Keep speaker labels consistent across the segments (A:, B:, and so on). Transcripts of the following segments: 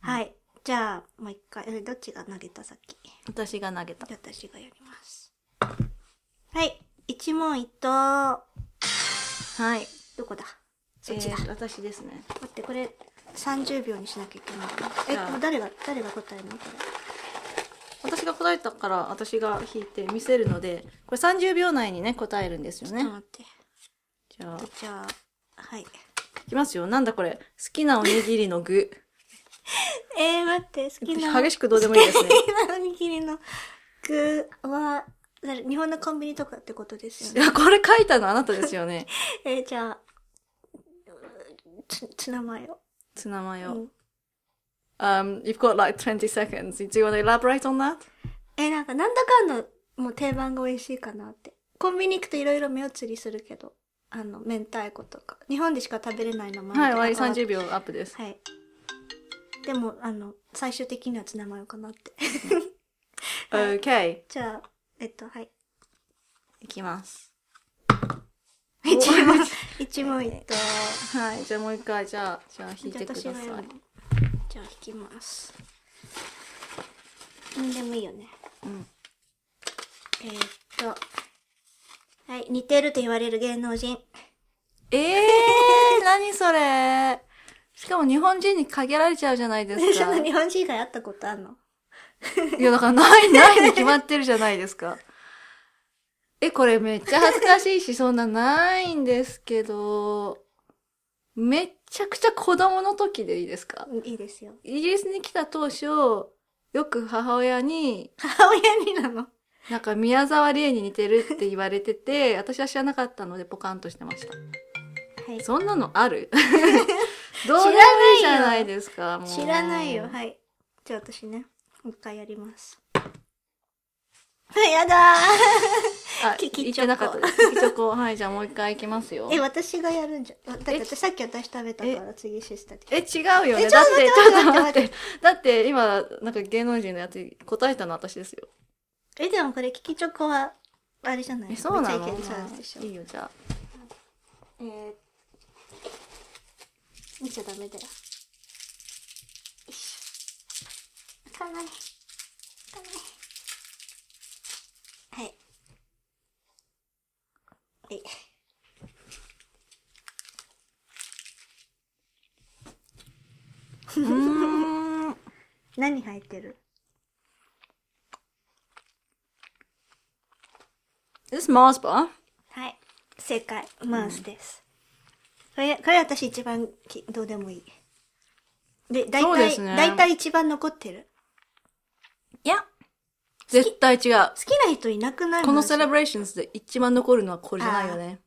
A: はい。じゃあ、もう一回、えどっちが投げた先
B: 私が投げた
A: じ。ゃあ私がやります。はい。一問一答。
B: はい。
A: どこだ
B: そ
A: そ
B: っ
A: っ
B: ち
A: ち
B: だ
A: だ。
B: 私ですね。
A: 待って、これ、30秒にしなきゃいけない。
B: じゃあ
A: え、もう誰が、誰が答えるのこ
B: 私が答えたから、私が引いて見せるので、これ30秒内にね、答えるんですよ
A: れ。ちょっと
B: ね。
A: 待って。
B: じゃあ、
A: じゃあ、はい。
B: いきますよ。なんだこれ。好きなおにぎりの具。
A: えー、待って、好きな。
B: 激しくどうでもいいですね。
A: 今のおにぎりの具は、誰日本のコンビニとかってことですよ
B: い
A: ね。
B: や、これ書いたのあなたですよね。
A: えー、じゃあ、つ、ツナマヨ。
B: ツナマヨ。
A: うん
B: Um, you've got like 20 seconds. Do you want to elaborate on that?
A: えー、なんか、なんだかんだ、もう定番が美味しいかなって。コンビニ行くといろいろ目移りするけど、あの、明太子とか。日本でしか食べれないのもある
B: は
A: け
B: い、終
A: ど
B: わり30秒アップです。
A: はい。でも、あの、最終的にはツナマヨかなって。
B: OK。
A: じゃあ、えっと、はい。
B: いきます。
A: 一 問、一問一答。
B: はい、じゃあもう一回、じゃあ、じゃあ引い
A: じゃ
B: て
A: あ私
B: くださ
A: が
B: い。
A: 読むじゃあ、引きます。うんでもいいよね。
B: うん
A: えーっと、はい、似てると言われる芸能人。
B: ええー、何それ。しかも日本人に限られちゃうじゃないです
A: そ
B: か。
A: の
B: い
A: 日本人以外会ったことあるの
B: や、だからない、ないに決まってるじゃないですか。え、これめっちゃ恥ずかしいし、そんなないんですけど、めっちゃくちゃ子供の時でいいですか
A: うんいいです よ。
B: イギリスに来た当初、よく母親に、
A: 母親になの。
B: なんか宮沢りえに似てるって言われてて、私は知らなかったのでポカンとしてました。
A: はい。
B: そんなの あるどうでもいいじゃないですか、もう。
A: 知らないよ。はい。じゃあ私ね、もう一回やります。はいやだ
B: あ、
A: キキ
B: 言っ
A: チョコ
B: てなかったです。キキチョコ。はい、じゃあもう一回いきますよ
A: ー。え、私がやるんじゃ。だって私さっき私食べたから次シスタで。
B: え、違うよね。
A: えちょ
B: だ
A: っ
B: っ
A: と
B: て、ち
A: 待
B: ょ
A: っ
B: ってと待っ。
A: 待って
B: だって、今、なんか芸能人のやつ答えたの私ですよ。
A: え、でもこれ、キキチョコは、あれじゃない
B: え、そうなの
A: めっちゃイケメン
B: まあ
A: そうでしょ
B: い。いよ、じゃあ。
A: え ー、見ちゃダメだよ。よいしょ。開かない。開かない。はい。えい。
B: うーん。
A: 何入ってる
B: Is this Mars bar?
A: はい。正解。マウスです。これ、これ私一番き、どうでもいい。で、大
B: そうで
A: 体、
B: すね
A: 大体一番残ってる。
B: いや。絶対違
A: 好
B: う。
A: きな人いなくない
B: この
A: マジ
B: セレブレーションズで一番残るのはこれじゃないよね。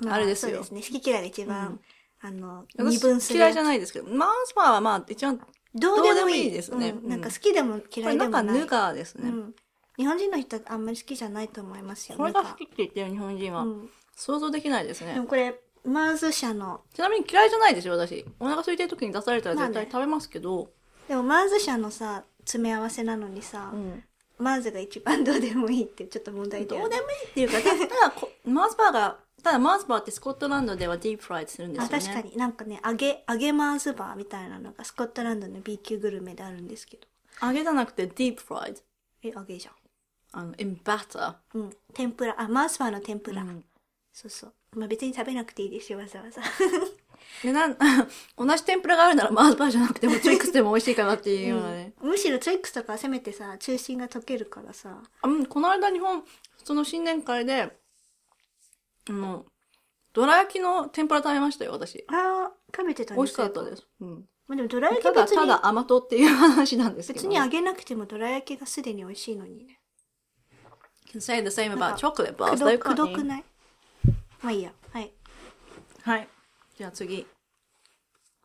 A: ま
B: あれですよ
A: そうですね。好き嫌いが一番、あの、二
B: 私
A: 分する。
B: 嫌いじゃないですけど、マースパーはまあ一番、こ
A: どうでもいい
B: どうでもいいですね
A: うん
B: うん
A: なんか好きでも嫌
B: れ
A: いで
B: な
A: も
B: んか
A: ない。
B: ヌガーです
A: う
B: ね。
A: ん、日本人の人あんまり好きじゃないと思いますよ。
B: これが好
A: き
B: きって言ってる日本人は、
A: うん、
B: 想像できないです
A: で
B: ね
A: も。これ、マウス社の、
B: ちなみに嫌いじゃないですよ、私。お腹空いてる時に出されたら絶
A: まあ
B: 対
A: ね
B: 食べますけど。
A: でもマウス社のさ、詰め合わせなのにさ、
B: うん
A: マウスが一番どうでもいいってちょっと問題だ
B: ど
A: よ
B: う
A: ね
B: でもいいっていうか、たただ こ、マースパーが、ただマースパーってスコットランドではディープフライするんです
A: あ
B: よね。
A: 確か。になんかね揚げ揚げマウスバーみたいなのがスコットランドの B 級グルメであるんですけど
B: 揚げじゃなくてディープフライ
A: え揚げじゃ
B: あの、in batter。
A: んうん天ぷらあマウスバーの天ぷら、
B: うん
A: そうそう。まあ別に食べなくていいですよ、わざわざ。
B: で、なん、 同じ天ぷらがあるならマースパーじゃなくてもチュイクスでも美味しいかなっていうようなね。
A: むしろツイックスとかはせめてさ、中心が溶けるからさ。
B: あうん、この間日本、その新年会で、あの、どら焼きの天ぷら食べましたよ、私。
A: ああ、食べてたんで
B: 美味し
A: す
B: かったです。うん。
A: まあでもどら焼き
B: ただ、
A: 別
B: た
A: に、
B: だ甘党っていう話なんですけ
A: 別
B: ど、
A: に揚
B: ね。
A: げなくてもどら焼きがすでに美味しいのにね。
B: can say the same
A: なん
B: about
A: か
B: chocolate
A: く
B: bars.
A: どくど
B: can't
A: く
B: you?
A: ないまあいいや。はい。
B: はい。じゃあ次。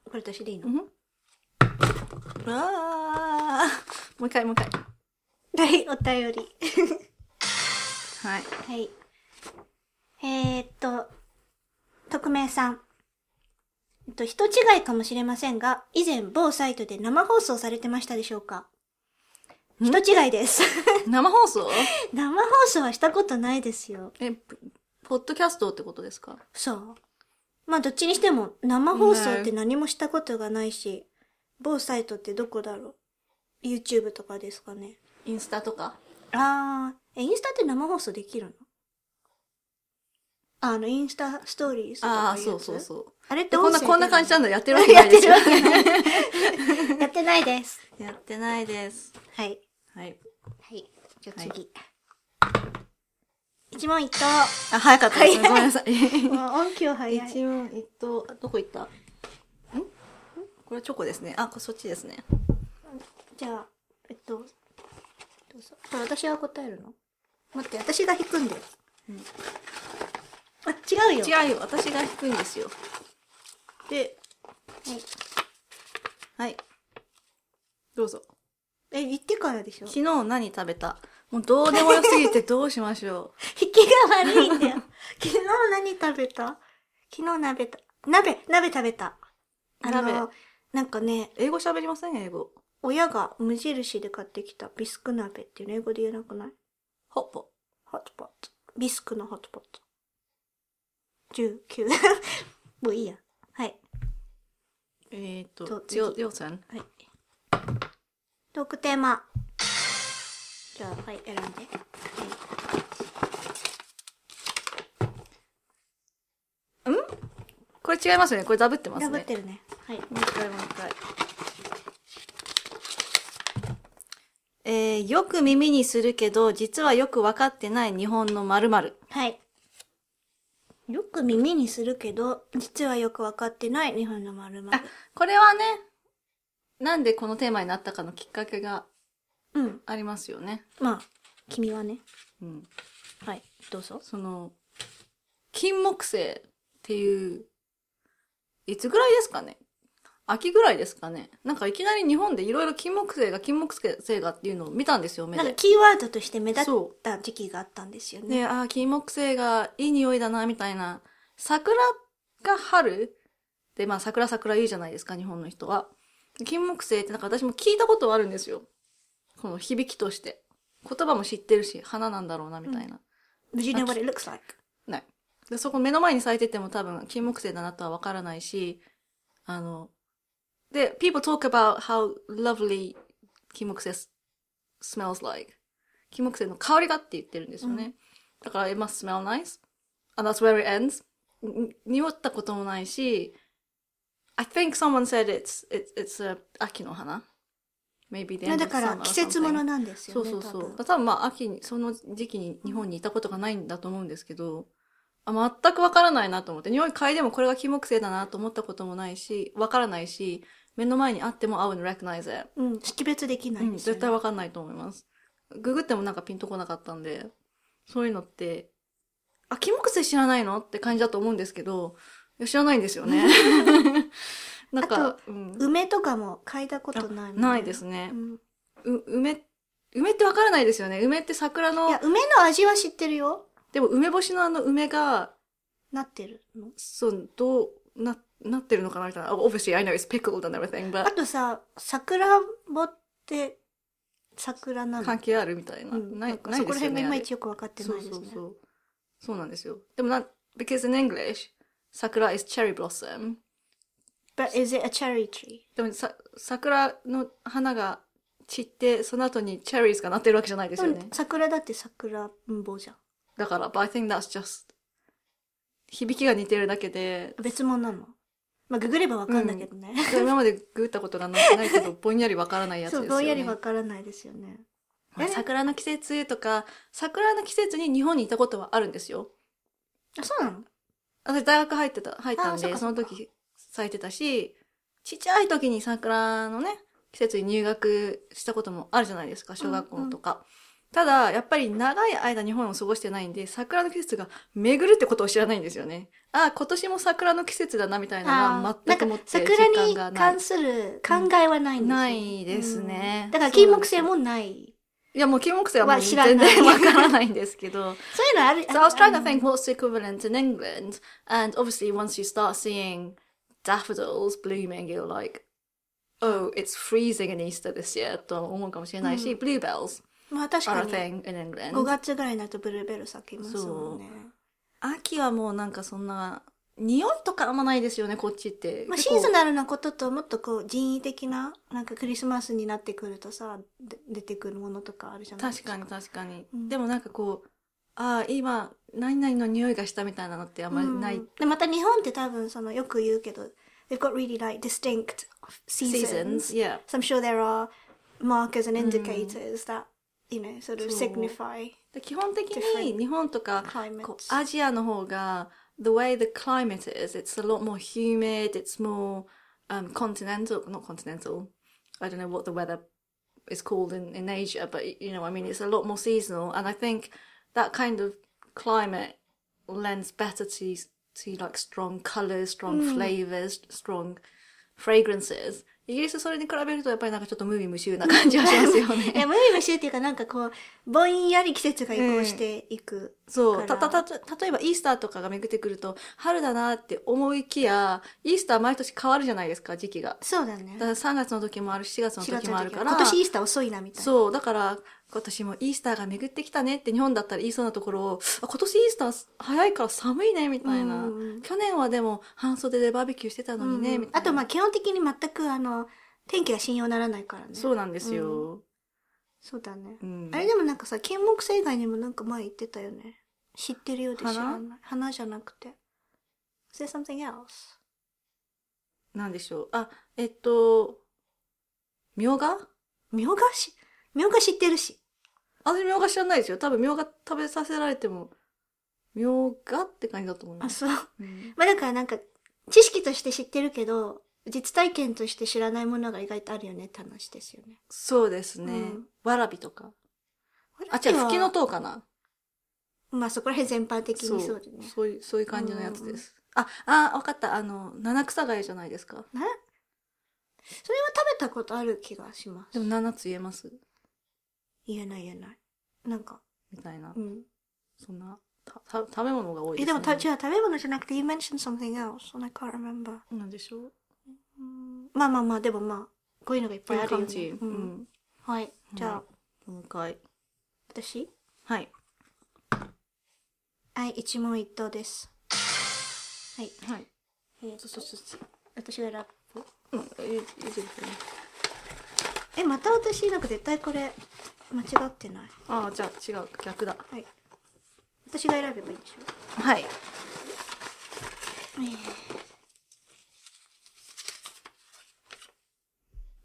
A: これ私でいいの、
B: うんうわーもう一回、もう一回。
A: はい、お便り。
B: はい。
A: はい。えー、っと、匿名さん。えっと、人違いかもしれませんが、以前某サイトで生放送されてましたでしょうか
B: ん
A: 人違いです。
B: 生放送
A: 生放送はしたことないですよ。
B: え、ポポッドキャストってことですか
A: そう。まあどっちにしても生放送って何もしたことがないし、某サイトってどこだろう ?YouTube とかですかね。
B: インスタとか。
A: あー、え、インスタって生放送できるのあの、インスタストーリーズと
B: あ
A: か
B: あ、
A: い
B: そう
A: やつ
B: そうそう。
A: あれって
B: でこんな、こんな感じ
A: だ。
B: なんだ。やってるわけないですよ。
A: やってるわやってないです。
B: やってないです。
A: はい。
B: はい。
A: はい。じゃあ
B: はい
A: 次。一問一 答。
B: あ、早かったですね。
A: 早
B: ごめ
A: い
B: んなさい。
A: もう音響早い。
B: 一問一答、あどこ行ったんこれチョコですね。あ、これそっちですね。
A: じゃあ、えっと、どうぞ。これ私が答えるの待って、私が引くんだよ。
B: うん
A: あ、違うよ。
B: 違うよ。私が低いんですよ。で、
A: はい
B: はい。どうぞ。
A: え、言ってからでしょ
B: 昨日何食べたもうどうでもよすぎ てどうしましょ
A: 引きが悪いんだ よ。昨日何食べた昨日鍋た。鍋、鍋食べた。あの、
B: 鍋
A: なんかね、
B: う。英語喋りません英語。
A: 親が無印で買ってきたビスク鍋っていうの英語で言えなくない
B: ほっぽ。
A: ホットポット。ビスクのホットポット。19。もういいや。はい。
B: えっ、ー、
A: と
B: と、
A: 次
B: よ、ようさん。
A: はい。トークテーマ。じゃあ、はい、選んで。はい
B: これ違いますよね。これダブってます
A: ダ
B: ね。
A: ブってるね。はい。
B: もう一回もう一回。えー、よく耳にするけど、実はよくわかってない日本の〇〇。
A: はい。よく耳にするけど、実はよくわかってない日本のまるま
B: あ
A: る。、
B: これはね、なんでこのテーマになったかのきっかけが
A: うん。
B: ありますよね。
A: まあ、君はね。
B: うん。
A: はい。どうぞ。
B: その、金木犀っていう、いつぐらいですかね秋ぐらいですかねなんかいきなり日本でいろいろ金木犀が金木犀がっていうのを見たんですよ、目
A: なんか
B: で。
A: キーワードとして目立っ
B: そ
A: た時期があったんですよ
B: う。
A: ね。
B: で、ああ、金木犀がいい匂いだな、みたいな。桜が春で、まあ桜桜言うじゃないですか、日本の人は。で金木犀ってなんか私も聞いたことはあるんですよ。この響きとして。言葉も知ってるし、花なんだろうな、みたいな。
A: 無事に what it looks like.
B: ない。で、そこ目の前に咲いてても多分金木犀だなとはわからないし、あの、で、people talk about how lovely 金木犀 s- smells like. 金木犀の香りがって言ってるんですよね。だから、it must smell nice. And that's where it ends. に匂ったこともないし、I think someone said it's, it's, it's a 秋の花 Maybe the end
A: まあ
B: of
A: だから
B: summer or
A: 季節も
B: something.
A: のなんです
B: そ
A: よ
B: う
A: ね。
B: そうそ
A: 多
B: う。
A: 分
B: 多分まあ秋に、その時期に日本にいたことがないんだと思うんですけど、あ全くわからないなと思って、匂い嗅いでもこれが金木犀だなと思ったこともないし、わからないし、目の前にあっても I would recognize it.
A: うん。識別できな
B: う
A: い
B: ん、
A: ですよ
B: 絶
A: ね
B: 対わかんないと思います。ググってもなんかピンとこなかったんで、そういうのって、あ、金木犀知らないのって感じだと思うんですけど、いや知らないんです よね。なん
A: あ
B: か、うん
A: 梅とかも嗅いだことないもんね
B: ないですね
A: う。ん
B: う梅、梅ってわからないですよね。梅って桜の
A: い、や、梅の味は知ってるよ。
B: でも梅干しのあの梅が、
A: なってるの。
B: そう、どう、な、なってるのかなみたいな。Oh, Obviously, I know it's pickled and everything,
A: あ
B: but
A: とさ、桜ぼって、桜なの。
B: 関係あるみたいな。
A: うん、
B: な
A: ないん、か
B: ない
A: そ
B: で
A: こら
B: すよ
A: 辺が
B: ね。
A: い
B: あ
A: まい
B: れ
A: ちよくわかって
B: そ
A: な
B: う
A: いです
B: そう
A: ね。
B: そう。そうなんですよ。でもな、because in English, 桜 is cherry blossom.
A: But is it a cherry tree?
B: でもさ、桜の花が散って、その後に cherries がなってるわけじゃないですよね。
A: うん桜だって桜んぼじゃん。
B: だから、but I think that's just 響きが似てるだけで、
A: 別物なの。まあ、ググればわかんだけどね。
B: 今までグーったことがないないけど、ぼんやりわからないやつです
A: そ
B: よ
A: う、
B: ね。
A: ぼんやりわからないですよね。
B: ま
A: え
B: あ桜の季節とか、桜の季節に日本にいたことはあるんですよ。
A: あ、そうなの
B: 私大学入ってた、入ったん
A: あそっ
B: で、
A: か
B: その時咲いてたし、ちっちゃい時に桜のね、季節に入学したこともあるじゃないですか、小学校とか。ただ、やっぱり長い間日本を過ごしてないんで、桜の季節が巡るってことを知らないんですよね。ああ、今年も桜の季節だな、みたいなのは
A: あー
B: 全くもって
A: なん
B: 実
A: か桜
B: 感
A: に
B: がない
A: 関。する考えはないんですよ
B: ないですね
A: うんだから金木犀もない。
B: いや、もう金木犀はも
A: は
B: う
A: 知
B: 全
A: らない
B: 然わからないんですけど。
A: そういうのある。
B: So I was trying to think what's the equivalent in England, and obviously once you start seeing daffodils blooming, you're like, oh, it's freezing in Easter this year. と思うかもしれないし、bluebells
A: まあ確
B: are
A: か
B: a
A: に。
B: thing in
A: 5
B: England.
A: 月ぐらいになるとブルーベル咲きますもんね。
B: 秋はもうなんかそんな匂いとかあんまないですよね、こっちって。
A: まあ、
B: 結
A: シ
B: 構
A: ーズナルなことともっとこう人為的な、なんかクリスマスになってくるとさ、で出てくるものとかあるじゃないで
B: 確
A: すか。
B: かに確かに。
A: うん
B: でもなんかこう、ああ、今、何々の匂いがしたみたいなのってあんまりない。
A: うんで、また日本って多分そのよく言うけど、They've got really like distinct seasons.
B: Seasons. Yeah.
A: So I'm sure there are markers and indicators that, you know, sort of
B: そう
A: signify
B: で基本的
A: Different
B: に日本とかこ
A: climates.
B: うアジアの方が the way the climate is it's a lot more humid it's more um, continental not continental I don't know what the weather is called in, in Asia but you know I mean it's a lot more seasonal and I think that kind of climate lends better to to like strong colors strong flavors strong fragrances イギリスそれに比べるとやっぱりなんかちょっと無味無臭な感じはしますよ ね
A: いや無理無視っていうかなんかこうぼんやり季節が移行していく、
B: そう。
A: か
B: た、
A: ら
B: た、たと、例えばイースターとかが巡ってくると、春だなって思いきや、イースター毎年変わるじゃないですか、時期が。
A: そうだね
B: だから3月の時もあるし、4月の
A: 4月
B: 時
A: の
B: もある
A: 時
B: か
A: は
B: ら。
A: 今年イースター遅いなみたいな
B: そう。だから、今年もイースターが巡ってきたねって日本だったら言いそうなところを、あ今年イースター早いから寒いね、みたいな
A: うんうん。
B: 去年はでも半袖でバーベキューしてたのにね、みたいな。
A: あとまあ基本的に全くあの天気が信用ならないからね
B: そうなんですよ。
A: そうだね、
B: うん
A: あれでもなんかさ金木犀以外にもなんか前言ってたよね知ってるようで知
B: 花
A: らない花じゃなくて Say something else
B: なんでしょう。あ、えっと、みょうが
A: みょうがしみょうが知ってるし
B: 私、みょうが知らないですよ。多分、みょうが食べさせられても、みょうがって感じだと思いま
A: あ
B: す。
A: そう
B: うん
A: まあだからなんか知識として知ってるけど実体験として知らないものが意外とあるよねって話ですよね
B: そうですね。
A: うん
B: わらびとか。あ、違う、ふきのとうかな。
A: まあそこら辺全般的にそうだね。
B: そういう、そういう感じのやつです。あ、あ、わかった。あの、七草がゆじゃないですか。
A: なそれは食べたことある気がします
B: で。も、七つ言えます
A: 言えない言えない。なんか、
B: みたいな
A: う。ん。
B: そんな、た、た食べ物が多い
A: え、
B: です、
A: で
B: ね。
A: もた、じゃあ食べ物じゃなくて、you mentioned something else and I can't remember.
B: なんでしょう。
A: うんまあまあまあ、でもまあ、こういうのがいっぱいあるよ
B: 感
A: ね
B: じ。。
A: う
B: うんん。
A: はい。じゃあ、
B: もう一回。
A: 私
B: はい。
A: はい、一問一答です。はい。
B: はい。
A: えー
B: そうそうそう。
A: 私がラップ。
B: うん、いいいいですよね。
A: え、また私、なんか絶対これ、間違ってない。
B: ああ、じゃあ、違う。逆だ。
A: はい。私が選べばいいでしょ
B: はい。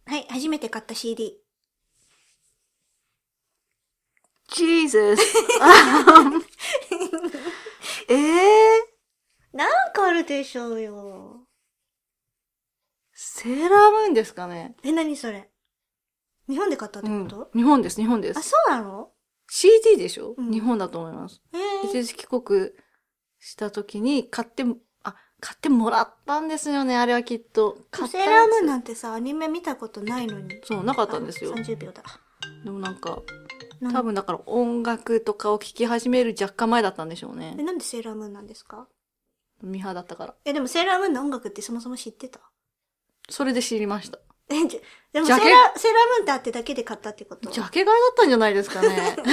A: はい、初めて買った CD。
B: Jesus. えー、
A: なんかあるでしょうよ。
B: セーラームーンですかね
A: え、何それ日本で買ったってこと、
B: 日本です、日本で
A: あ、
B: す。
A: そうなの
B: CD でしょ、
A: うん
B: 日本だと思います。
A: えー、
B: 一時帰国した時に買って、あ、買ってもらったんですよね、あれはきっと。買っ
A: セ
B: た
A: ー
B: やつ
A: ラームーンなんてさ、アニメ見たことないのに。
B: そう、なかったんですよ
A: あ。30秒だ。
B: でもなんか、
A: なん
B: 多分だから音楽とかを聴き始める若干前だったんでしょう
A: え、
B: ね。
A: なんでセーラームーンなんですか
B: ミハだったから。
A: え、でもセーラームーンの音楽ってそもそも知ってた
B: それで知りました。
A: え、じゃ、でもセー
B: ジャ
A: ラー、
B: ケ
A: セーラームーンってあってだけで買ったってこと
B: ジャケ買いだったんじゃないです かね。
A: こう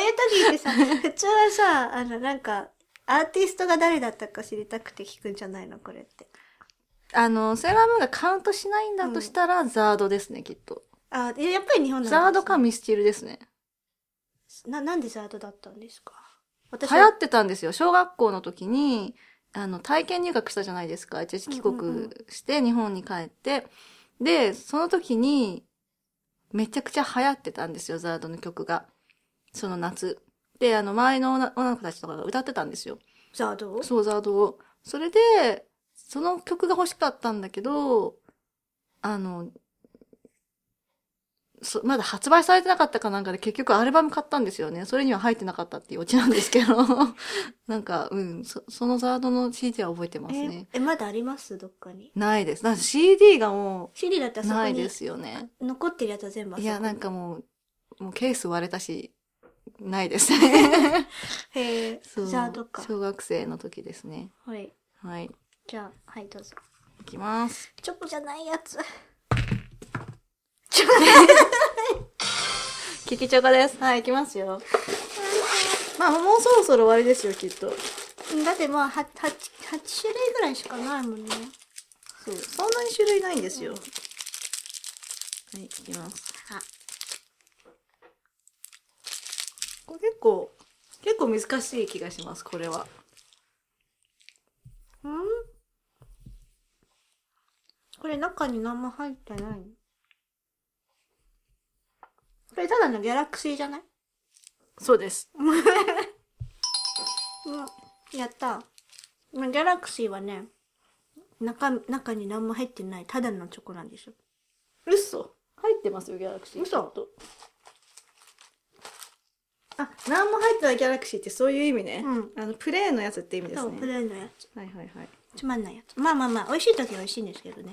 A: いう時 ってさ、普通はさ、あの、なんか、アーティストが誰だったか知りたくて聞くんじゃないのこれって。
B: あの、セーラームーンがカウントしないんだとしたら、ザードですね、きっと。
A: あ、えやっぱり日本なんですね
B: ザードかミスチルですね。
A: な、なんでザードだったんですか私
B: 流行ってたんですよ。小学校の時に、あの、体験入学したじゃないですか。一時帰
A: うんうんうん
B: 国して、日本に帰って。で、その時に、めちゃくちゃ流行ってたんですよ、ザードの曲が。その夏。で、あの、周りの女女の子たちとかが歌ってたんですよ。
A: ザードを
B: そう、ザードを。それで、その曲が欲しかったんだけど、あの、そまだ発売されてなかったかなんかで結局アルバム買ったんですよね。それには入ってなかったっていうオチなんですけど。 なんか、うん、そそのザードの CD は覚えてます
A: え
B: ね。
A: え、まだありますどっかに。
B: ないです。なんか CD がも
A: CD だった
B: う
A: らそこ
B: ない
A: に
B: ですよね。
A: 残ってるやつは全部あそこ
B: い
A: に
B: や、なんかもう、もうケース割れたし、ないです ね。
A: へえ
B: そう
A: ザードか
B: 小学生の時ですね。
A: はい
B: はい。
A: じゃあはいどうぞ
B: いきます。
A: チョコじゃないやつ
B: キキチョコです。はい、行きますよ。まあ、もうそろそろ終わりですよ、きっと。
A: だってまあ、は、8、八種類ぐらいしかないもんね。
B: そう、そんなに種類ないんですよ。はい、いきます。
A: あ、
B: これ結構、結構難しい気がします、これは。
A: うんこれ中に何も入ってないのこれただのギャラクシーじゃない
B: そうです。
A: うん。やった。まあギャラクシーはね、中、中に何も入ってない、ただのチョコなんでしょ。
B: 嘘。入ってますよ、ギャラクシー。
A: 嘘
B: ちょっと。あ、何も入ってないギャラクシーってそういう意味ね。
A: うん
B: あの、プレーンのやつって意味です
A: そう、プ
B: ね。
A: レーンのやつ。
B: はいはいはい。
A: つまんないやつ。まあまあまあ、美味しい時は美味しいんですけどね。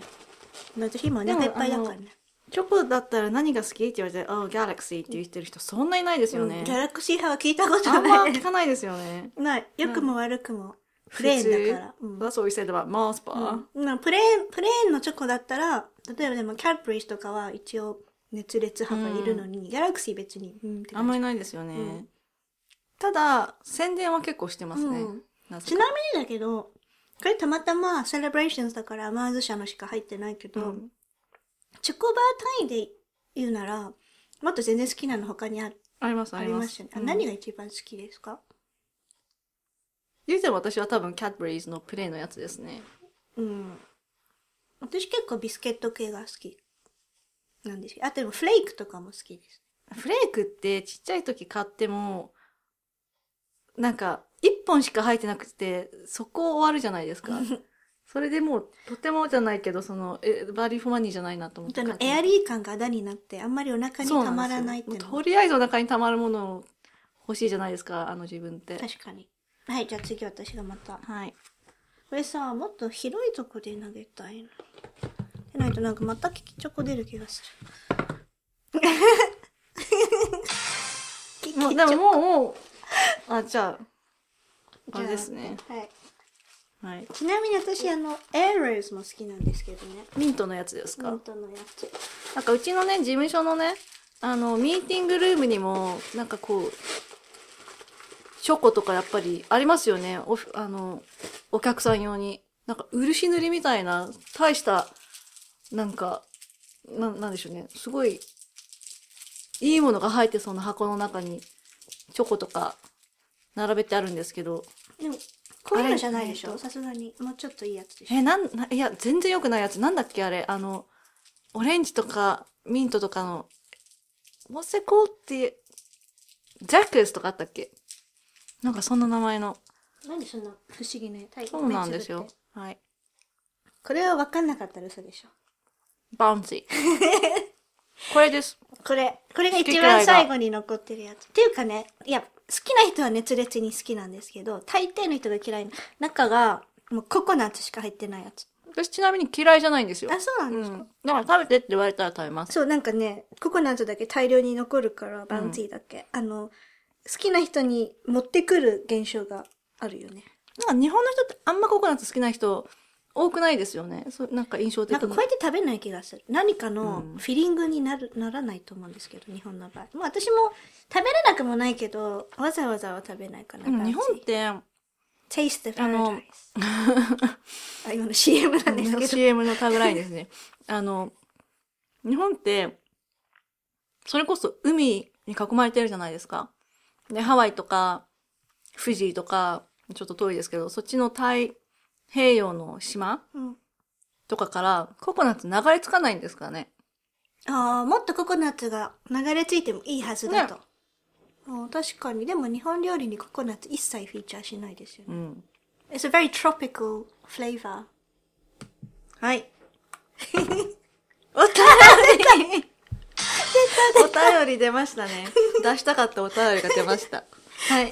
A: 私今お腹いっぱいだからね。
B: チョコだったら何が好きって言われて、あギャラクシーって言ってる人そんないないですよね
A: うん。ギャラクシー派は聞いたこと
B: あんま
A: ない。
B: 聞かないですよね。
A: ない。良くも悪くも、 プレーンだから。うん
B: 普通 That's what we said about Mars bar.
A: うんまあプレーン、プレーンのチョコだったら、例えばでもキャドブリーズとかは一応熱烈派がいるのに、ギャラクシー別に、うんって
B: あ
A: 感
B: ん
A: じ
B: まりないですよね。
A: うん
B: ただ、宣伝は結構してますね。
A: うん
B: なぜ
A: ち
B: か
A: なみにだけど、これたまたまセレブレーションズだからマーズ社のしか入ってないけど、
B: うん
A: チョコバー単位で言うなら、もっと全然好きなの他にあ
B: あります、
A: あ
B: あ
A: り
B: りま。
A: ますしたね。
B: う
A: あ
B: ん
A: 何が一番好きですか
B: 以前私は多分キャッブリーズのプレイのやつですね。
A: うん。私結構ビスケット系が好きなんですけど、あとでもフレークとかも好きです。
B: フレークってちっちゃい時買っても、なんか、一本しか入ってなくて、そこ終わるじゃない ですか。それでもう、とてもじゃないけど、その、えバリューフォーマニーじゃないなと思っ
A: 本
B: て
A: 当
B: 買っ
A: の
B: て
A: エ
B: な
A: ア
B: い。
A: リー感があだになって、あんまりお腹に
B: そう
A: た
B: んですよ
A: まらないっていうの
B: もうとりあえずお腹にたまるものを欲しいじゃないですか、あの自分って。
A: 確かに。はい、じゃあ次私がまた。
B: はい。
A: これさ、もっと広いとこで投げたいの。でないとなんかまたキキチョコ出る気がする。キキチ
B: もう、
A: ョコ。
B: でももう、もう、あ、じゃあ、あれですね。
A: はい。
B: はい。
A: ちなみに私、あの、エーレイズも好きなんですけどね。
B: ミントのやつですか、
A: 本当のやつ。
B: なんかうちのね、事務所のね、あの、ミーティングルームにも、なんかこう、チョコとかやっぱりありますよね。お、あの、お客さん用に。なんか漆塗りみたいな、大した、なんか、な、なんでしょうね。すごい、いいものが入ってそうな箱の中に、チョコとか、並べてあるんですけど。
A: でも、こういうのじゃないでし
B: あ
A: ょ
B: れ
A: さすがに。もうちょっといいやつでしょ。
B: え、なん、ないや、全然良くないやつ。なんだっけあれ。あの、オレンジとか、ミントとかの、モセコって、ジャックスとかあったっけなんかそんな名前の。
A: なんでそんな不思議なタイプ
B: そうなんですよ。はい。
A: これは分かんなかったら嘘でしょ。
B: バウンシー。 これです。
A: これ、これが
B: 好き
A: 一
B: 嫌いが
A: 番最後に残ってるやつ。っていうかね、いや、好きな人は熱烈に好きなんですけど、大抵の人が嫌いな。中が、もうココナッツしか入ってないやつ。
B: 私ちなみに嫌いじゃないんですよ。
A: あ、そうなん
B: う
A: ですか、
B: ん。だから食べてって言われたら食べます。
A: そう、なんかね、ココナッツだけ大量に残るから、バウンティーだけ。あの、好きな人に持ってくる現象があるよね。
B: なんか日本の人ってあんまココナッツ好きな人多くないですよね。そうなんか印象的
A: なん
B: に。
A: かこうやって食べない気がする。何かの
B: うん
A: フィリングになる、ならないと思うんですけど、日本の場合。まあ私も食べれなくもないけど、わざわざは食べないかな。
B: うん日本っ
A: バウンティー
B: て、
A: Taste the
B: あの
A: paradise. あ、今の CM なんですけど。
B: CM のタグラインです ね。あの、日本って、それこそ海に囲まれてるじゃないですか。で、ハワイとか、フジーとか、ちょっと遠いですけど、そっちの太平洋の島
A: うん
B: とかからココナッツ流れ着かないんですかね。
A: ああ、もっとココナッツが流れ着いてもいいはずだと。
B: ね
A: あー確かに。でも日本料理にココナッツ一切フィーチャーしないですよ
B: う
A: ね。
B: ん。
A: It's a very tropical flavor. はい。
B: お便りお便り出ました ね。出したかったお便りが出ました。はい。
A: 違う。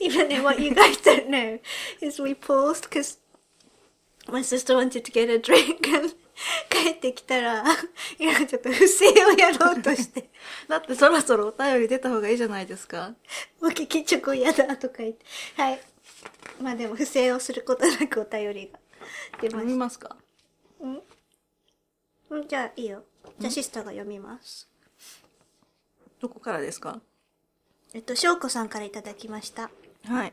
A: 今ね、what you guys don't know is we paused because my sister wanted to get a drink and 帰ってきたら、今ちょっと不正をやろうとして。
B: だってそろそろお便り出た方がいいじゃないですか。
A: お聞きチョコ嫌だとか言って。はい。まあでも不正をすることなくお便りが出ま
B: 読
A: し
B: みますか
A: た。うんじゃあいいよ。じゃあシスターが読みます。
B: どこからですか
A: えっと、しょうこさんからいただきました。
B: はい。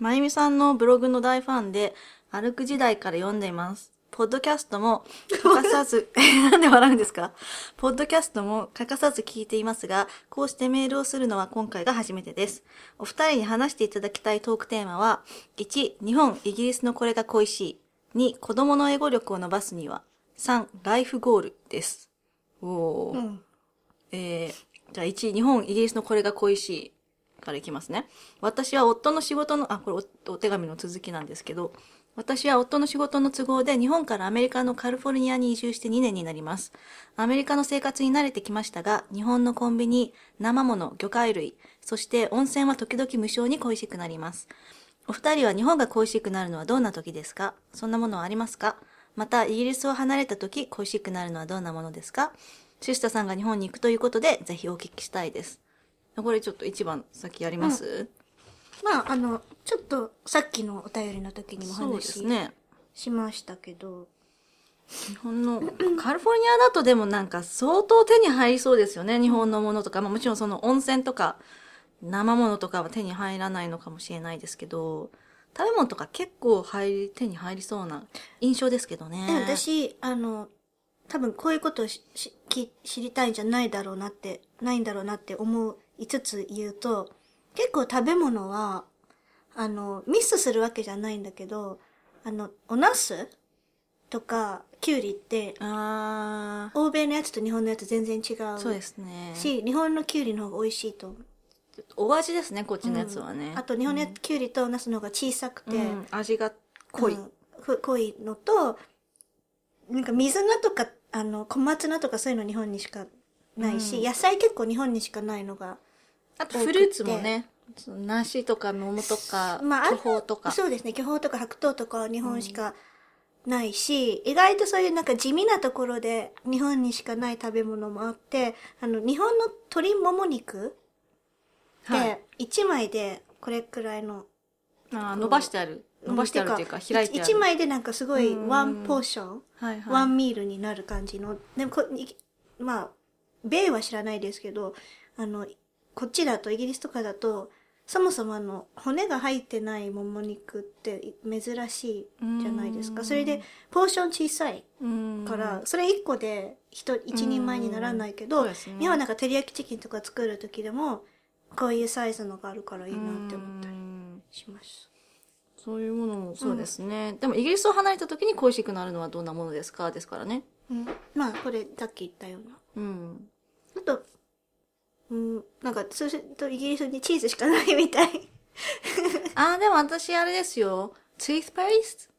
B: まゆみさんのブログの大ファンで、歩く時代から読んでいます。ポッドキャストも欠かさず、えなんで笑うんですかポッドキャストも欠かさず聞いていますが、こうしてメールをするのは今回が初めてです。お二人に話していただきたいトークテーマは、1、日本、イギリスのこれが恋しい。2、子供の英語力を伸ばすには。3、ライフゴールです。おー。
A: うん。
B: えーじゃあ1位、日本、イギリスのこれが恋しいからいきますね。私は夫の仕事の、あ、これおお手紙の続きなんですけど、私は夫の仕事の都合で日本からアメリカのカリフォルニアに移住して2年になります。アメリカの生活に慣れてきましたが、日本のコンビニ、生もの、魚介類、そして温泉は時々無償に恋しくなります。お二人は日本が恋しくなるのはどんな時ですかそんなものはありますかまた、イギリスを離れた時、恋しくなるのはどんなものですかシュスタさんが日本に行くということで、ぜひお聞きしたいです。これちょっと一番先やります、
A: まあ、あの、ちょっとさっきのお便りの時にも
B: そうで
A: 話
B: す
A: し,、
B: ね。
A: しましたけど、
B: 日本の、 カリフォルニアだとでもなんか相当手に入りそうですよね。日本のものとか。まあもちろんその温泉とか、生ものとかは手に入らないのかもしれないですけど、食べ物とか結構入り、手に入りそうな印象ですけどね。
A: でも私、あの、多分こういうことをししき知りたいんじゃないだろうなって、ないんだろうなって思いつつ言うと、結構食べ物は、あの、ミスするわけじゃないんだけど、あの、お茄子とか、きゅうりって、
B: あ
A: 欧米のやつと日本のやつ全然違
B: ー、
A: う。
B: そうですね。
A: し、日本のきゅうりの方が美味しいと思う。
B: お味ですね、こっちのやつはね。
A: あと日本のやつ、きゅうりと茄子の方が小さくて、
B: うん味が濃い。
A: うんふ濃いのと、なんか水菜とか、あの、小松菜とかそういうの日本にしかないし、
B: うん
A: 野菜結構日本にしかないのが。
B: あとフルーツもね、その梨とか桃とか、
A: あ
B: 巨峰とか。
A: そうですね。巨峰とか白桃とかは日本しかないし、意外とそういうなんか地味なところで日本にしかない食べ物もあって、あの、日本の鶏もも肉っ
B: はい
A: て、1枚でこれくらいの、
B: あー伸ばしてある。伸ばしてあるっていうか、開いてある。
A: 1枚でなんかすごい
B: うん
A: ワンポーション
B: はいはい。
A: ワンミールになる感じの、でもこ、いまあ、米は知らないですけど、あの、こっちだと、イギリスとかだと、そもそもあの、骨が入ってないもも肉ってい珍しいじゃないです
B: う
A: か。
B: ん
A: それで、ポーション小さい
B: うん
A: から、、それ1個で一一人前にならないけ
B: そう
A: ど、
B: ですね。
A: 日本はなんか照り焼きチキンとか作る時でも、こういうサイズのがあるからいいなって思ったり
B: うん
A: します。
B: そういうものもそうですね。でもイギリスを離れた時に恋しくなるのはどんなものですかですからね。
A: うん、まあ、これ、さっき言ったような。
B: うん。
A: あと、うん、なんか、そうするとイギリスにチーズしかないみたい。
B: あー、でも私あれですよ。ツイスペース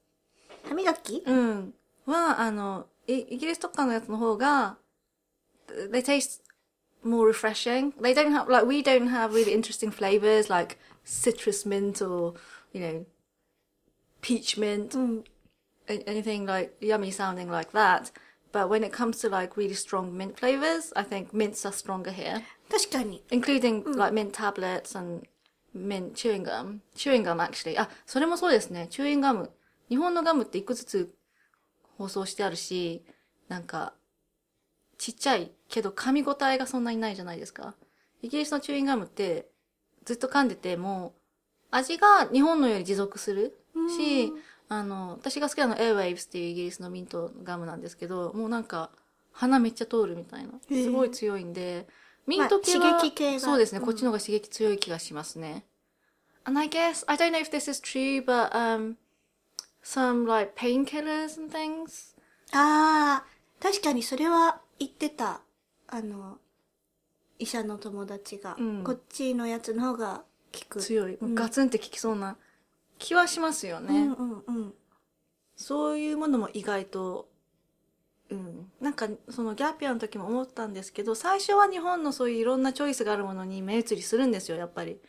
A: 歯磨き
B: うん。は、あの、イイギリスとかのやつの方が、they taste more refreshing. They don't have, like, we don't have really interesting flavors like citrus mint or, you know, peach mint,
A: うん。
B: a- anything like yummy sounding like that. But when it comes to like really strong mint flavors, I think mints are stronger here,
A: 確かに。
B: including like mint tablets and mint chewing gum. Chewing gum actually. あ、それもそうですね。チューインガム。日本のガムっていくつつ包装してあるし、なんか、ちっちゃいけど噛み応えがそんなにないじゃないですか。イギリスのチューインガムってずっと噛んでても、味が日本のより持続するし、あの、私が好きなの Airwaves っていうイギリスのミントガムなんですけど、もうなんか、鼻めっちゃ通るみたいな。
A: へえ
B: すごい強いんで、ミント系は、
A: まあ刺激系が
B: そうですね、
A: うん
B: こっちの方が刺激強い気がしますね。And I guess, I don't know if this is true, but, um, some like painkillers and things.
A: ああ、確かにそれは言ってた。あの、医者の友達が。
B: うん
A: こっちのやつの方が効く。
B: 強い。もううんガツンって効きそうな気はしますよね。
A: うんうんうん。
B: そういうものも意外と、うん。なんか、そのギャッピアの時も思ったんですけど、最初は日本のそういういろんなチョイスがあるものに目移りするんですよ、やっぱり。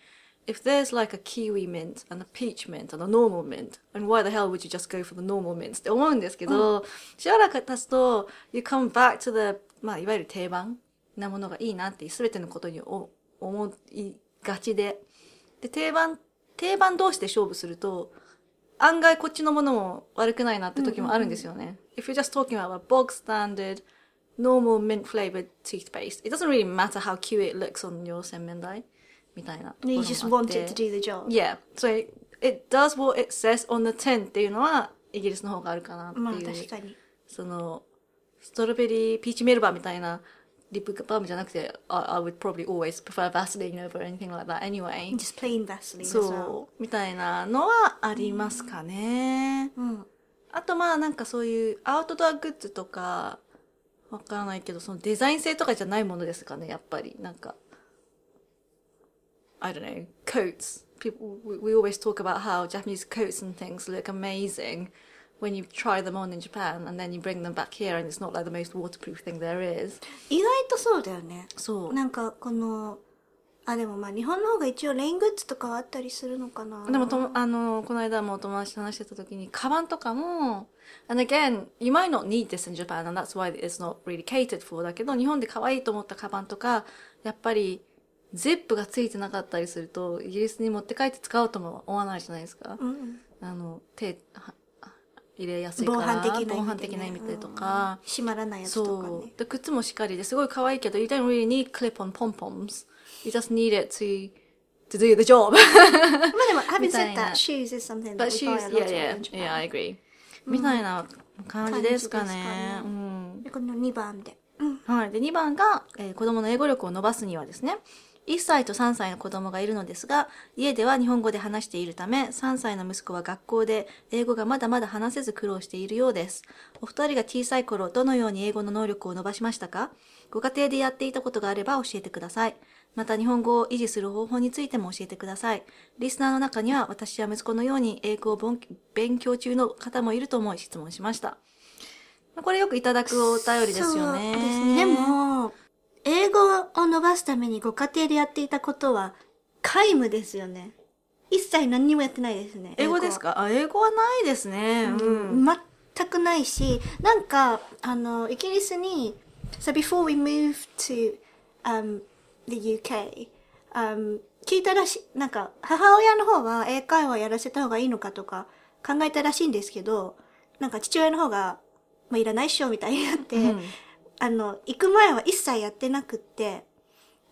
B: If there's like a kiwi mint and a peach mint and a normal mint, and why the hell would you just go for the normal mint って思うんですけど、しばらく経つと、you come back to the, まあ、いわゆる定番なものがいいなって、すべてのことにお思いがちで。で、定番、定番同士で勝負すると、案外こっちのものも悪くないなって時もあるんですよね。If you're just talking about a bog standard, normal mint flavored toothpaste, it doesn't really matter how cute it looks on your 洗面台みたいなところ
A: You
B: も
A: just
B: あって
A: wanted to do the job.
B: Yeah, so it does what it says on the tin っていうのはイギリスの方があるかなっていう。
A: まあ確かに。
B: その、ストロベリーピーチメルバーみたいなリップバームじゃなくて、I, I would probably always prefer Vaseline over anything like that anyway.
A: Just plain Vaseline as well.
B: そう、みたいなのはありますかね。
A: うん。
B: あとまあなんかそういうアウトドアグッズとか、わからないけど、そのデザイン性とかじゃないものですかね、やっぱり。なんか、I don't know, coats. People, we, we always talk about how Japanese coats and things look amazing when you try them on in Japan and then you bring them back here and it's not like the most waterproof thing there is.
A: 意外とそうだよね。
B: そう。
A: なんかこの、あ、でもまあ日本の方が一応レイングッズとかはあったりするのかな。
B: でもとも、あの、この間もお友達と話してた時に、カバンとかも、and again, you might not need this in Japan, and that's why it's not really catered for だけど、日本で可愛いと思ったカバンとか、やっぱり、ゼップがついてなかったりすると、イギリスに持って帰って使おうとも思わないじゃないですか。
A: うんうん。
B: あの、手、は入れやすいから
A: 防犯的な意味でね、
B: 防犯的な意味でとか
A: うん、閉まらないやつとか
B: そ
A: ね
B: う。で、靴もしっかりですごい可愛いけど、you don't really need clip-on pom-poms. You just need it to, to do the job.
A: まあでも having
B: みた
A: said
B: いな
A: that shoes is something that
B: But
A: we
B: she's,
A: buy a lot
B: yeah,
A: of
B: yeah,
A: in Japan
B: yeah, I agree. みたいな感じですかね。
A: 感じですかね
B: うん
A: でこの2番で
B: はい。で、2番が、えー子供の英語力を伸ばすにはですね、1歳と3歳の子供がいるのですが、家では日本語で話しているため、3歳の息子は学校で英語がまだまだ話せず苦労しているようです。お二人が小さい頃、どのように英語の能力を伸ばしましたかご家庭でやっていたことがあれば教えてください。また日本語を維持する方法についても教えてください。リスナーの中には私や息子のように英語をぼん勉強中の方もいると思い質問しました。まあこれよくいただくお便りですよね。
A: そうですねでも英語を伸ばすためにご家庭でやっていたことは皆無ですよね一切何にもやってないですね
B: 英語ですかあ英語はないですね。う
A: 英語は
B: ん。
A: 全くないしなんかあのイギリスに So before we moved to、um, the UK um, 聞いたらしなんか母親の方は英会話やらせた方がいいのかとか考えたらしいんですけどなんか父親の方が、まあ、いらないっしょみたいになって、
B: うん
A: あの、行く前は一切やってなくって、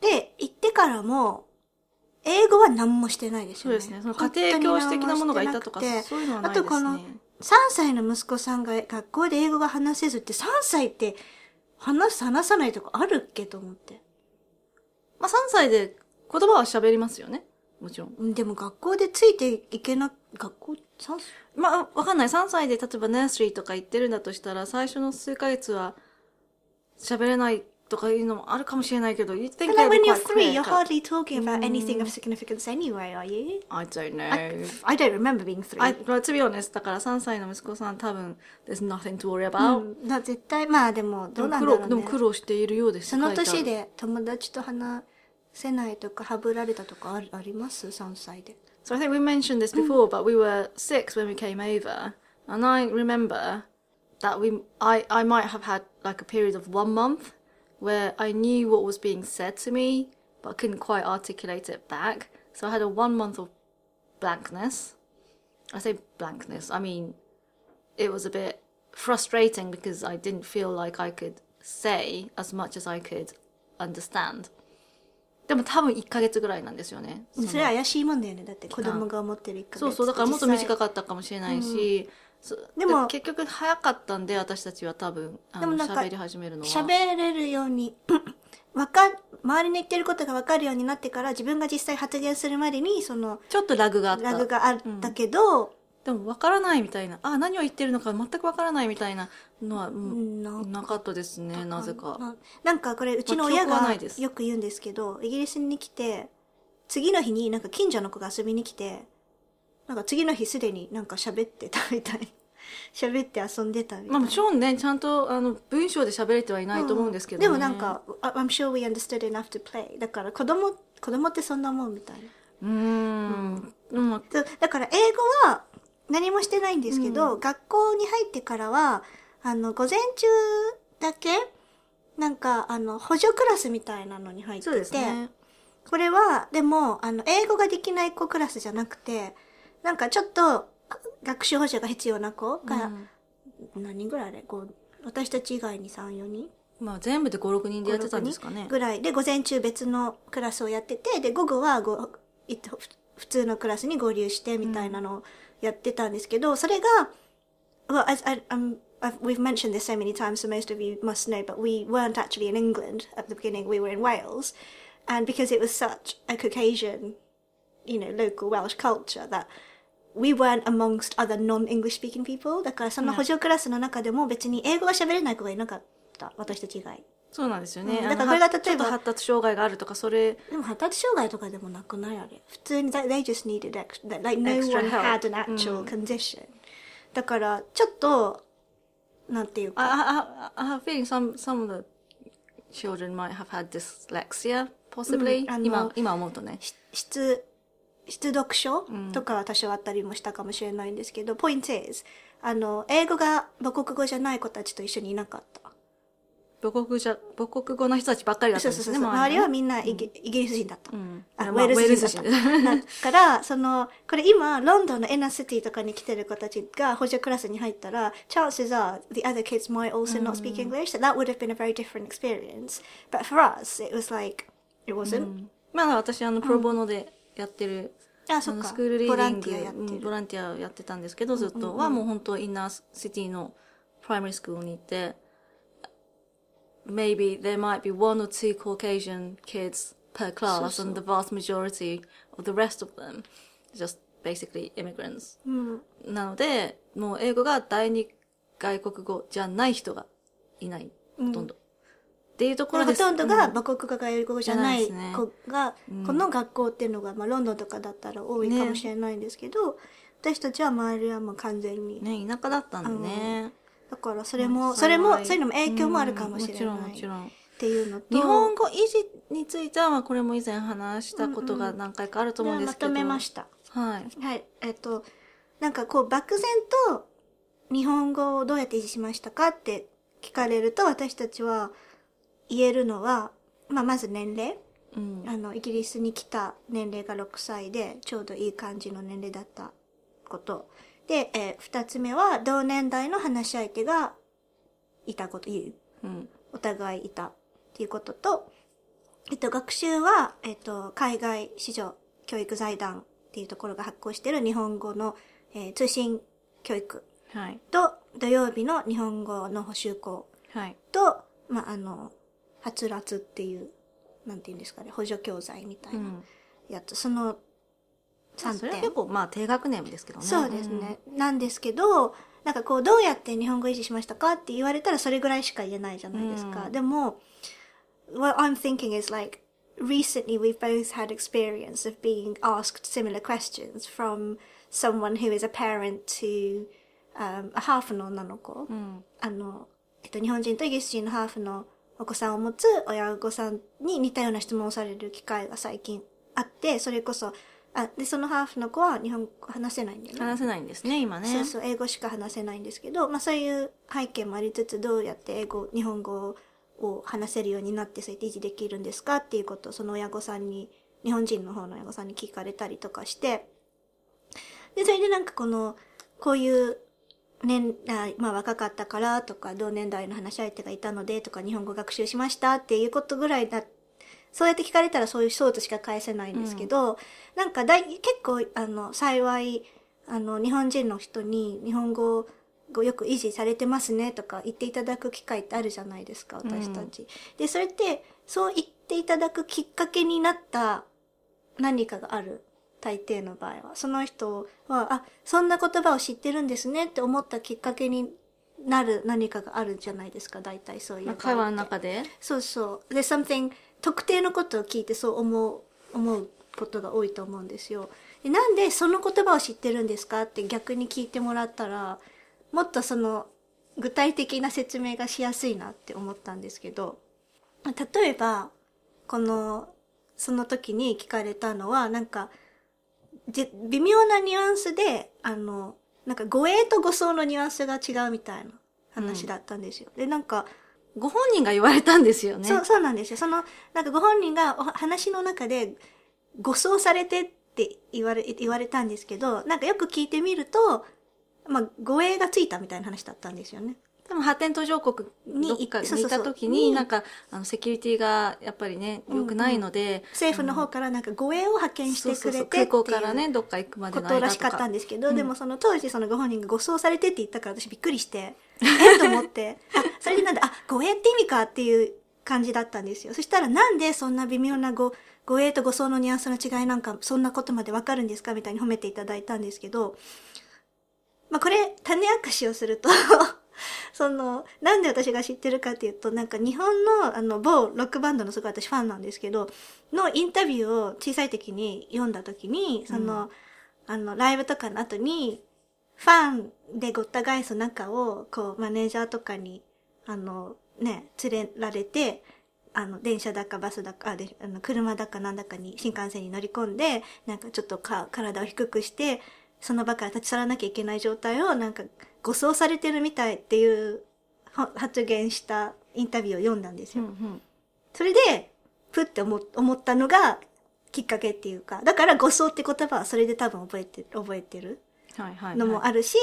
A: で、行ってからも、英語は何もしてないです
B: そう
A: よね。
B: ですね。その家庭教師的なものがいたとか
A: 本当に何もしてなくて、
B: そういうのはない
A: あ
B: で
A: と
B: すね。
A: この、3歳の息子さんが学校で英語が話せずって、3歳って話す、話さないとかあるっけと思って。
B: まあ3歳で言葉は喋りますよね。もちろん。
A: うんでも学校でついていけな、学校、3歳
B: まあ、わかんない。3歳で例えばナースリーとか行ってるんだとしたら、最初の数ヶ月は喋れないとかいうのもあるかもしれないけど、you think
A: But like
B: they'll be
A: when you're
B: quite
A: three, you're
B: clear-cut.
A: hardly talking about anything of significance anyway, are you?
B: I don't
A: I,
B: know.
A: I don't remember being three.
B: I, well, to be honest, だから3歳の息子さん多分、there's nothing to worry
A: う
B: about.
A: ん、だ絶対、まあでも、どうなんだろうね。
B: でも苦労でも苦労しているようです。
A: その
B: 書い
A: 年
B: てある。
A: で友達と話せないとかはぶられたとかあるあります ?3 歳で。
B: So I think we mentioned this before, but we were six when we came over, and I remember that we I I might have had like a period of one month where I knew what was being said to me, but couldn't quite articulate it back. So I had a one month of blankness. I say blankness. I mean, it was a bit frustrating because I didn't feel like I could say as much as I could understand. でも多分1ヶ月ぐらいなんですよね。その
A: それ怪しいもんだよね。だって子供が思ってる1ヶ月
B: そうそうだからもっと短
A: く。
B: かったかもしれないし、そ
A: でも
B: 結局早かったんで私たちは多分あ
A: でも
B: の
A: なんか
B: 喋り始めるのは
A: 喋れるように、わか、周りの言ってることがわかるようになってから自分が実際発言するまでに、その、
B: ちょっとラグがあった
A: ラグがあったけど、
B: でも分からないみたいなあ何を言ってるのか全く分からないみたいなのは、うん
A: うんな
B: なかったですねなぜか、
A: ななんかこれうちの
B: まあ記
A: 親
B: 憶はな
A: が
B: いです
A: よく言うんですけど、イギリスに来て、次の日になんか近所の子が遊びに来て、なんか次の日すでになんか喋ってたみたい。 喋って遊んでたみたい
B: ま
A: な
B: あ、も。ちろんねちゃんとあの文章で喋れてはいないと思うんですけど、ね
A: でもなんか、I- I'm sure we understood enough to play. だから子供、子供ってそんなもんみたいな。
B: うーん、うんまあ
A: そうだから英語は何もしてないんですけど、学校に入ってからは、あの、午前中だけ、なんか、あの、補助クラスみたいなのに入ってて、
B: そうですね
A: これは、でも、あの、英語ができない子クラスじゃなくて、なんかちょっと、あ学習補助が必要な子が、何人ぐらいあれこう私たち以外に3、4人
B: まあ全部で56人でやってたんですかね
A: ぐらいで、午前中別のクラスをやってて、で、午後はご、いっ普通のクラスに合流してみたいなのをやってたんですけど、それが、well, as I, I'm, I've, we've mentioned this so many times, so most of you must know, but we weren't actually in England at the beginning. We were in Wales. And because it was such a Caucasian, you know, local Welsh culture that we weren't amongst other non-English speaking people. だからその補助クラスの中でも別に英語が喋れない子がいなかった。私たち以外。
B: そうなんですよね。
A: うん
B: あの
A: だからこれが例えば
B: ちょっと発達障害があるとか、それ、
A: でも発達障害とかでもなくないあれ。普通に、they they just needed extra, like no
B: Extra
A: one
B: help.
A: had an actual condition.、だから、ちょっと、なんていうか。
B: I, I, I have a feeling some, some of the children might have had dyslexia, possibly.、
A: うんあの
B: 今、今思うとね。
A: 失、失読症とかは多少あったりもしたかもしれないんですけど、ポイント is、あの、英語が母国語じゃない子たちと一緒にいなかった。
B: 母国じゃ、母国語の人たちばっかりだった
A: そう
B: んで
A: そうそ
B: すね
A: う。。周りは
B: ね
A: みんなイギ,、リス人だった。
B: ん
A: あ、
B: まあ
A: ウェールズ人
B: ウェ
A: だった。だから、その、これ今、ロンドンのエナシティとかに来てる子たちが補助クラスに入ったら、chances are the other kids might also not speak English, so that would have been a very different experience. But for us, it was like, it wasn't.、
B: まあ私、あの、プロボノでやってる、
A: あ、そ
B: あ
A: っ
B: の
A: か。
B: スクールリー
A: ボ
B: デ
A: ラ
B: ィン
A: ン
B: グ
A: ティアやって
B: うん
A: る
B: ボ。ランティアやってたんですけどずっと、はもう本当インナーシティのプライマリースクールに行って maybe there might be one or two Caucasian kids per class
A: そうそう
B: and the vast majority of the rest of them just basically immigrants、なのでもう英語が第二外国語じゃない人がいないほとんど、っていうところ
A: ほ
B: です
A: とんどが母国語が英語じゃない
B: じゃないです
A: 子が、この学校っていうのが、まあ、ロンドンとかだったら多いかもしれないんですけど、私たちは周りはもう完全に。
B: ね田舎だったんでね
A: だからそれも、それも、そういうのも影響もあるかもしれ
B: うんもちろん
A: な
B: も
A: い。
B: ちろん
A: っていうのと、
B: 日本語維持についてはまあこれも以前話したことが何回かあると思うんで
A: ます
B: け
A: と
B: ど、
A: めました。
B: はい
A: はい。えっと、なんかこう、漠然と、日本語をどうやって維持しましたかって聞かれると、私たちは言えるのは、まあ、まず年齢。
B: うん
A: あの、イギリスに来た年齢が6歳で、ちょうどいい感じの年齢だったこと。で、えー二つ目は、同年代の話し相手がいたこと、いる。
B: うん
A: お互いいたっていうことと、えっと、学習は、えっと、海外市場教育財団っていうところが発行している日本語の、えー通信教育
B: はい
A: と、土曜日の日本語の補習校
B: はい
A: と、まあ、あの、はつらつっていう、なんて言うんですかね、補助教材みたいうなんやつ、その
B: まあ
A: 3
B: それは
A: 点
B: 結。構まあ低学年ですけどね
A: そうですね、なんですけど、なんかこう、どうやって日本語維持しましたかって言われたらそれぐらいしか言えないじゃないですか。
B: うん
A: でも、what I'm thinking is like, recently we've both had experience of being asked similar questions from someone who is a parent to、um, a half の女の子。
B: うん
A: あの、えっと、日本人とイギリス人のハーフのお子さんを持つ親御さんに似たような質問をされる機会が最近あって、それこそ、あ、で、そのハーフの子は日本語話せないんだよね。
B: 話せないんですね今ね
A: そうそう、英語しか話せないんですけど、まあそういう背景もありつつ、どうやって英語、日本語を話せるようになって、そうやって維持できるんですかっていうことを、その親御さんに、日本人の方の親御さんに聞かれたりとかして、で、それでなんかこの、こういう、年、あまあ若かったからとか、同年代の話し相手がいたのでとか、日本語学習しましたっていうことぐらいだそうやって聞かれたらそういうショートしか返せないんですけど、なんかだい結構あの幸いあの日本人の人に日本語をよく維持されてますねとか言っていただく機会ってあるじゃないですか私たち。でそれってそう言っていただくきっかけになった何かがある大抵の場合はその人はあそんな言葉を知ってるんですねって思ったきっかけになる何かがあるじゃないですか大体そういう場合
B: まあ
A: って
B: 会話の中で
A: そうそう。で、something、特定のことを聞いてそう思う、思うことが多いと思うんですよ。でなんでその言葉を知ってるんですかって逆に聞いてもらったら、もっとその具体的な説明がしやすいなって思ったんですけど、例えば、この、その時に聞かれたのは、なんか、じ微妙なニュアンスで、あの、なんか語彙と語相のニュアンスが違うみたいな話だったんですよ。で、なんか、
B: ご本人が言われたんですよね
A: そう、そうなんですよ。その、なんかご本人がお話の中で、誤送されてって言われ、言われたんですけど、なんかよく聞いてみると、まあ、護衛がついたみたいな話だったんですよね。
B: 多分発展途上国
A: に
B: どっか
A: そう
B: に
A: そ
B: いう
A: そう
B: た時に、
A: に
B: なんか、あの、セキュリティがやっぱりね、良くないので、
A: 政府の方からなんか護衛を派遣して
B: そう
A: く
B: そうそ
A: れ
B: う
A: てって
B: 空港から
A: い
B: ね、
A: う
B: どっか行くまで
A: こ
B: の間
A: と
B: とから
A: しかったんですけど、
B: うん
A: でもその当時そのご本人が護送されてって言ったから私びっくり して、えっと思って、あ、それでなんで、あ、護衛って意味かっていう感じだったんですよ。そしたらなんでそんな微妙なご護衛と護送のニュアンスの違いなんか、そんなことまでわかるんですかみたいに褒めていただいたんですけど、まあこれ、種明かしをすると、その、なんで私が知ってるかっていうと、なんか日本のあの某ロックバンドのすごい私ファンなんですけど、のインタビューを小さい時に読んだ時に、その、あの、ライブとかの後に、ファンでごった返す中を、こう、マネージャーとかに、あの、ね、連れられて、あの、電車だかバスだか、あであの車だかなんだかに、新幹線に乗り込んで、なんかちょっとか体を低くして、その場から立ち去らなきゃいけない状態を、なんか、護送されてるみたいっていうほ発言したインタビューを読んだんです
B: う
A: よ。
B: んうん
A: それで、ふって思思ったのがきっかけっていうか、だから誤想って言葉はそれで多分覚えて、覚えてる
B: はいはいはい。
A: のもあるし、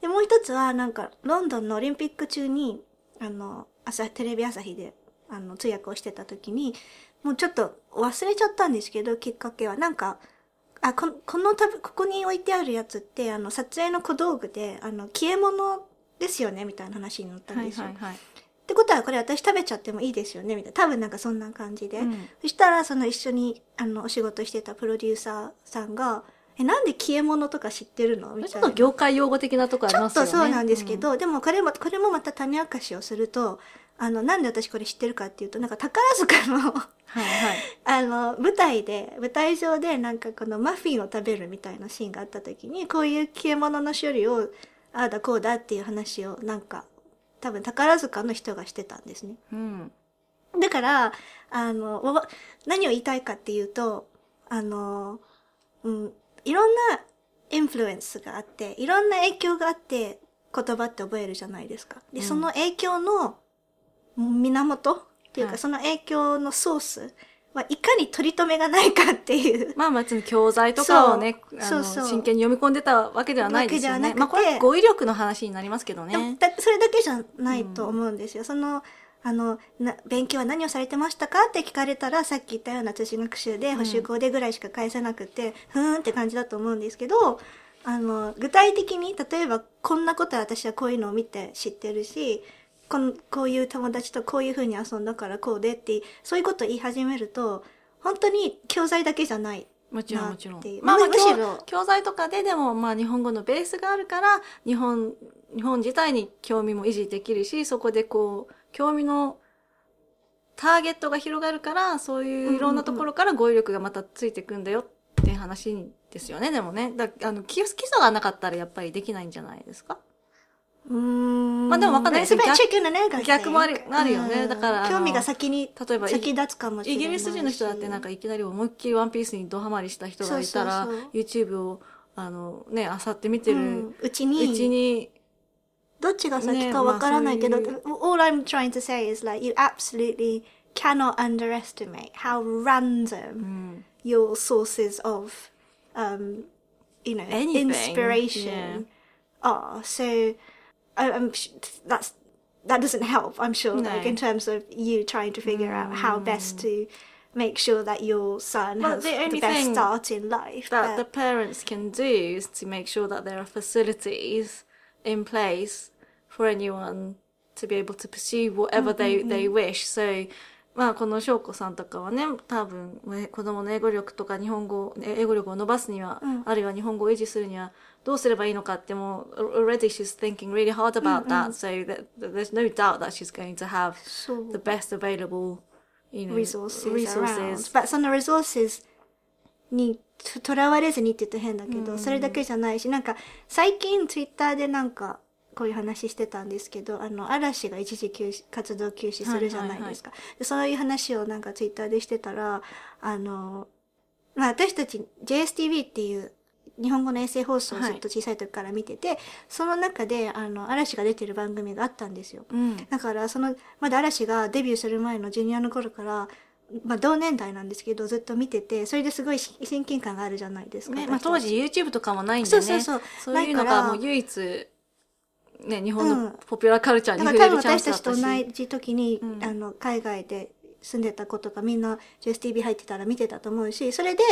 A: で、もう一つはなんか、ロンドンのオリンピック中に、あの、朝、テレビ朝日で、あの、通訳をしてた時に、もうちょっと忘れちゃったんですけど、きっかけは。なんか、あ、ここのたぶ、ここに置いてあるやつって、あの、撮影の小道具で、あの、消え物ですよね、みたいな話になったん
B: は
A: で
B: い
A: すよ。
B: はいはい。
A: ってことは、これ私食べちゃってもいいですよね、みたいな。多分なんかそんな感じで。
B: うん
A: そしたら、その一緒に、あの、お仕事してたプロデューサーさんが、え、なんで消え物とか知ってるのみ
B: ち
A: た
B: ょ
A: い
B: っ
A: な。
B: と業界用語的なとこありますよね。
A: ちょっとそうなんですけど、でもこれも、これもまた種明かしをすると、あの、なんで私これ知ってるかっていうと、なんか宝塚の、
B: はいはい。
A: あの、舞台で、舞台上でなんかこのマフィンを食べるみたいなシーンがあった時に、こういう消え物の処理を、ああだこうだっていう話を、なんか、多分宝塚の人がしてたんですね。
B: うん。
A: だから、あの、わわ何を言いたいかっていうと、あの、うん、いろんなインフルエンスがあって、いろんな影響があって、言葉って覚えるじゃないですか。で、
B: うん
A: その影響の源っていうか、
B: はい
A: その影響のソースはいかに取り留めがないかっていう。
B: まあ別に教材とかをね、
A: そう
B: あの
A: そうそう
B: 真剣に読み込んでたわけではないですよ
A: わけではなく
B: ね。
A: て
B: まあこれは語彙力の話になりますけど
A: でも
B: ね。
A: だそれだけじゃないと思うんですよ。その、あの、な勉強は何をされてましたかって聞かれたら、さっき言ったような通信学習で、補習校でぐらいしか返さなくて、ふーんって感じだと思うんですけど、あの、具体的に、例えば、こんなことは私はこういうのを見て知ってるし、このこういう友達とこういう風に遊んだからこうでって、そういうことを言い始めると、本当に教材だけじゃない。
B: もちろんもちろ
A: なん
B: ん
A: ていう。
B: まあまあ
A: むしろ
B: 教教材とかででもまあ日本語のベースがあるから、日本、日本自体に興味も維持できるし、そこでこう、興味のターゲットが広がるから、そういういろんなところから語彙力がまたついてくんだよって話ですよね、でもね。だあの基礎基礎がなかったらやっぱりできないんじゃないですか。
A: うーん。
B: まあでもわかんないですよ
A: It's about
B: 逆
A: chicken and egg, I think.
B: 逆もあるあるよね
A: うん
B: だからあの
A: 興味が先に
B: 例えばイギ
A: 先立つかもしれ
B: イ
A: ないし
B: ギリス人の人だってなんかいきなり思いっきりワンピースにドハマりした人がいたら
A: そうそうそう
B: YouTube をあのねあさって見て
A: う
B: る
A: んうち
B: う
A: に
B: ちに、
A: どっちが先かわからないけど、
B: ねま
A: all I'm trying to say is like you absolutely cannot underestimate how random
B: うん、
A: your sources of um you know
B: Anything,
A: inspiration are so I, I'm sh- that's that doesn't help I'm sure
B: No.
A: like in terms of you trying to figure out how best to make sure that your son
B: Well,
A: has
B: the
A: the,
B: only
A: best
B: thing
A: start in life
B: that the
A: but-
B: parents can do is to make sure that there are facilities in place for anyone to be able to pursue
A: Mm-hmm,
B: whatever they, they wish. So, まあこの翔子さんとかはね、多分ね子供の英語力とか日本語、ね英語力を伸ばすには、あるいは日本語を維持するにはどうすればいいのかってもう already she's thinking really hard
A: Mm-hmm.
B: about that. So that, that there's no doubt that she's going to have
A: そう
B: the best available you know,
A: resources, around.
B: resources.
A: But その resources にととらわれずにって言うと変だけど、それだけじゃないし、なんか最近ツイッターでなんかこういう話してたんですけど、あの、嵐が一時休止、活動休止するじゃないですか。でそういう話をなんかツイッターでしてたら、あの、まあ私たち JSTV っていう日本語の衛星放送をずっと小さい時から見てて、その中であの、嵐が出てる番組があったんですよ。
B: うん
A: だからそのまだ嵐がデビューする前のジュニアの頃から、まあ、同年代なんですけどずっと見ててそれですごいし親近感があるじゃないですか。
B: ねまあ、当時 YouTube とかもないんで
A: そ
B: ね
A: うそうそう
B: そういう
A: な
B: の
A: い
B: が
A: から
B: もう唯一ね、日本
A: う
B: の
A: ん
B: ポピュラーカルチャーに
A: だから多分
B: 触れるチャン
A: 私
B: ス
A: た
B: だっ
A: ちと
B: た
A: 同
B: し。
A: じ時に、
B: うん
A: あの海外で住んでた子とかみんな JSTV 入ってたら見てたと思うしそれで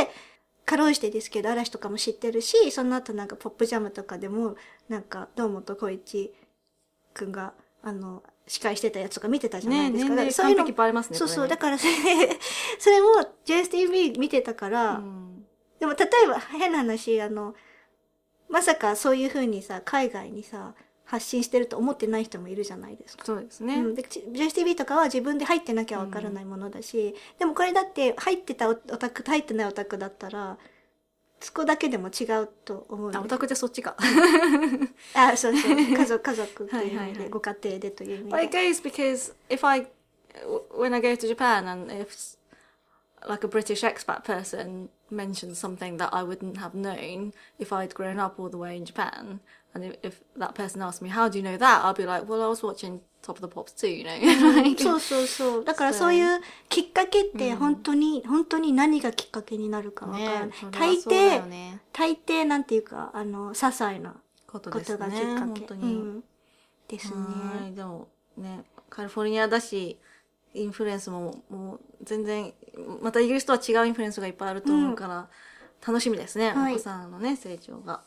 A: かろうじてですけど嵐とかも知ってるしその後なんかポップジャムとかでもなんか堂本光一くんがあの司会してたやつとか見てたじゃな
B: ね
A: いですか。だ
B: 年
A: か
B: 齢
A: らそういうの
B: 完璧いっぱいありますね。
A: そうそう、だ
B: か
A: からそ れそれも JSTV 見てたから、でも例えば変な話、あの、まさかそういう風にさ、海外にさ、発信してると思ってない人もいるじゃないですか。
B: そうですね。
A: うん、で JSTV とかは自分で入ってなきゃわからないものだし、でもこれだって入ってたオタクと入ってないオタクだったらそこだけでも違うと思うんで
B: あ、オタクじゃそっちか。
A: あそうそう家族家族という意味で
B: はいはいはい
A: ご家庭でという意味
B: But it
A: で
B: goes because if I, when I go to Japan and if like a British expat person mentions something that I wouldn't have known if I'd grown up all the way in Japan, and if, if that person asked me, how do you know that? I'll be like, well, I was watching Top of the Pops too, you know. Like,
A: そうそうそうだからそういうきっかけって本当に、本当に何がきっかけになるかわからない、
C: ねそれ
A: 大
C: はそうだよ
A: 抵、
C: ね
A: 大抵なんていうかあの些細な
B: こと
A: こ
B: です
A: と
B: ね。
A: がきっかけ
B: 本当に。
A: うんですね
B: はい、でもね、カリフォルニアだし、インフルエンスももう全然、またイギリスとは違うインフルエンスがいっぱいあると思うから、楽しみですね、
A: はい
B: お子さんのね、成長が。